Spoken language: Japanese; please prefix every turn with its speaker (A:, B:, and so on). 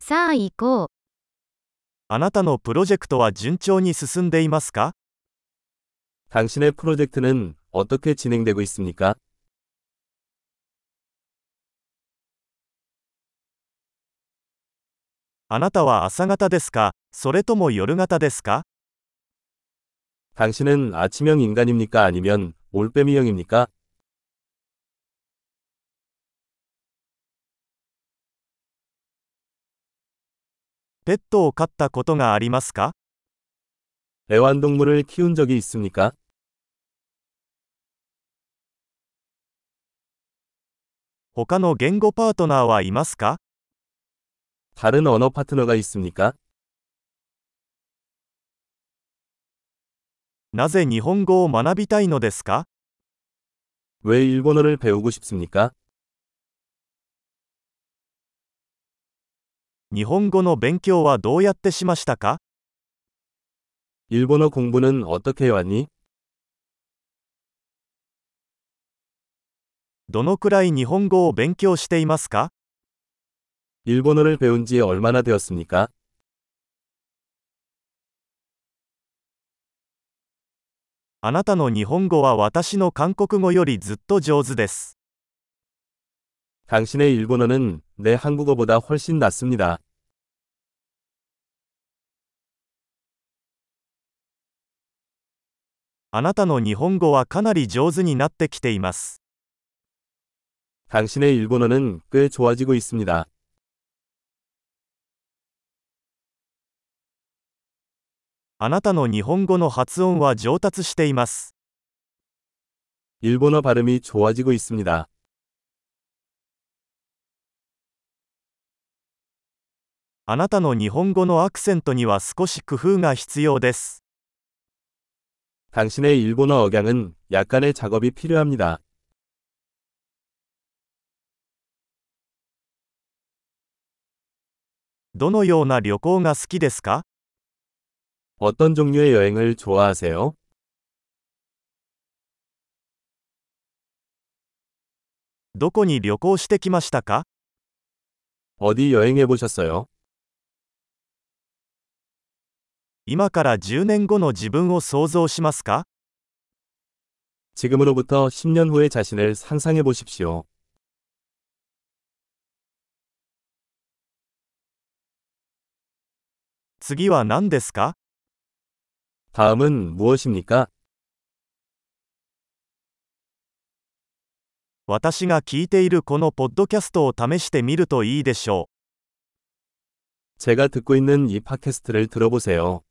A: さあ行こう。
B: あなたのプロジェクトは順調に進んでいますか
C: 당신의 프로젝트는 어떻게 진행되고 있습니까?
B: あなたは朝方ですかそれとも夜型ですか
C: 당신은 아침형 인간입니까? 아니면 올빼미형입니까?
B: ペットを飼ったことがありますか
C: 애완동물을 키운 적이 있습니까?
B: 他の言語パートナーはいますか
C: 다른 언어 파트너가 있습니까?
B: なぜ日本語を学びたいのですか
C: 왜 일본어를 배우고 싶습니까?
B: 日本語の勉強はどうやってしましたか
C: 일본어 공부는 어떻게 해왔니?
B: どのくらい日本語を勉強していますか
C: 일본어를 배운 지 얼마나 되었습니까?
B: あなたの日本語は私の韓国語よりずっと上手です。
C: 당신의 일본어는 내 한국어보다 훨씬 낫습니다.
B: あなたの日本語はかなり上手になってきています。
C: 당신의 일본어는 꽤 좋아지고 있습니다.
B: あなたの日本語の発音は上達しています。
C: 일본어 발음이 좋아지고 있습니다.
B: あなたの日本語のアクセントには少し工夫が必要です。
C: 당신의 일본어 억양은 약간의 작업이 필요합니다.
B: どのような旅行が好きですか
C: 어떤 종류의 여행을 좋아하세요?
B: どこに旅行してきましたか
C: 어디 여행해 보셨어요?
B: 今から10年後の自分を想像しますか
C: 지금으로부터 10년 후의 자신을 상상해 보십시오.
B: 次は何ですか
C: 다음은 무엇입니까?
B: 私が聞いているこのポッドキャストを試してみるといいでしょう。
C: 제가 듣고 있는 이 팟캐스트를 들어보세요.